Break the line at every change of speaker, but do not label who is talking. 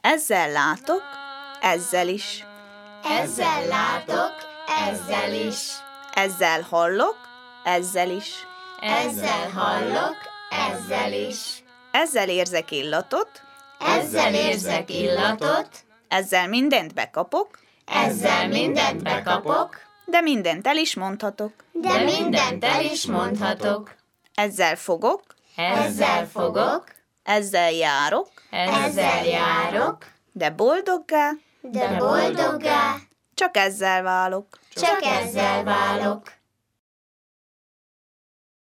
Ezzel látok, ezzel is.
Ezzel látok, ezzel is.
Ezzel hallok, ezzel is.
Ezzel hallok, ezzel is.
Ezzel érzek illatot,
Ezzel érzek illatot,
ezzel mindent bekapok,
ezzel mindent bekapok,
de mindent el is mondhatok.
de mindent el is mondhatok.
Ezzel fogok,
Ezzel fogok,
ezzel járok,
ezzel járok,
de boldoggá
de boldoggá
csak ezzel válok.
csak ezzel válok.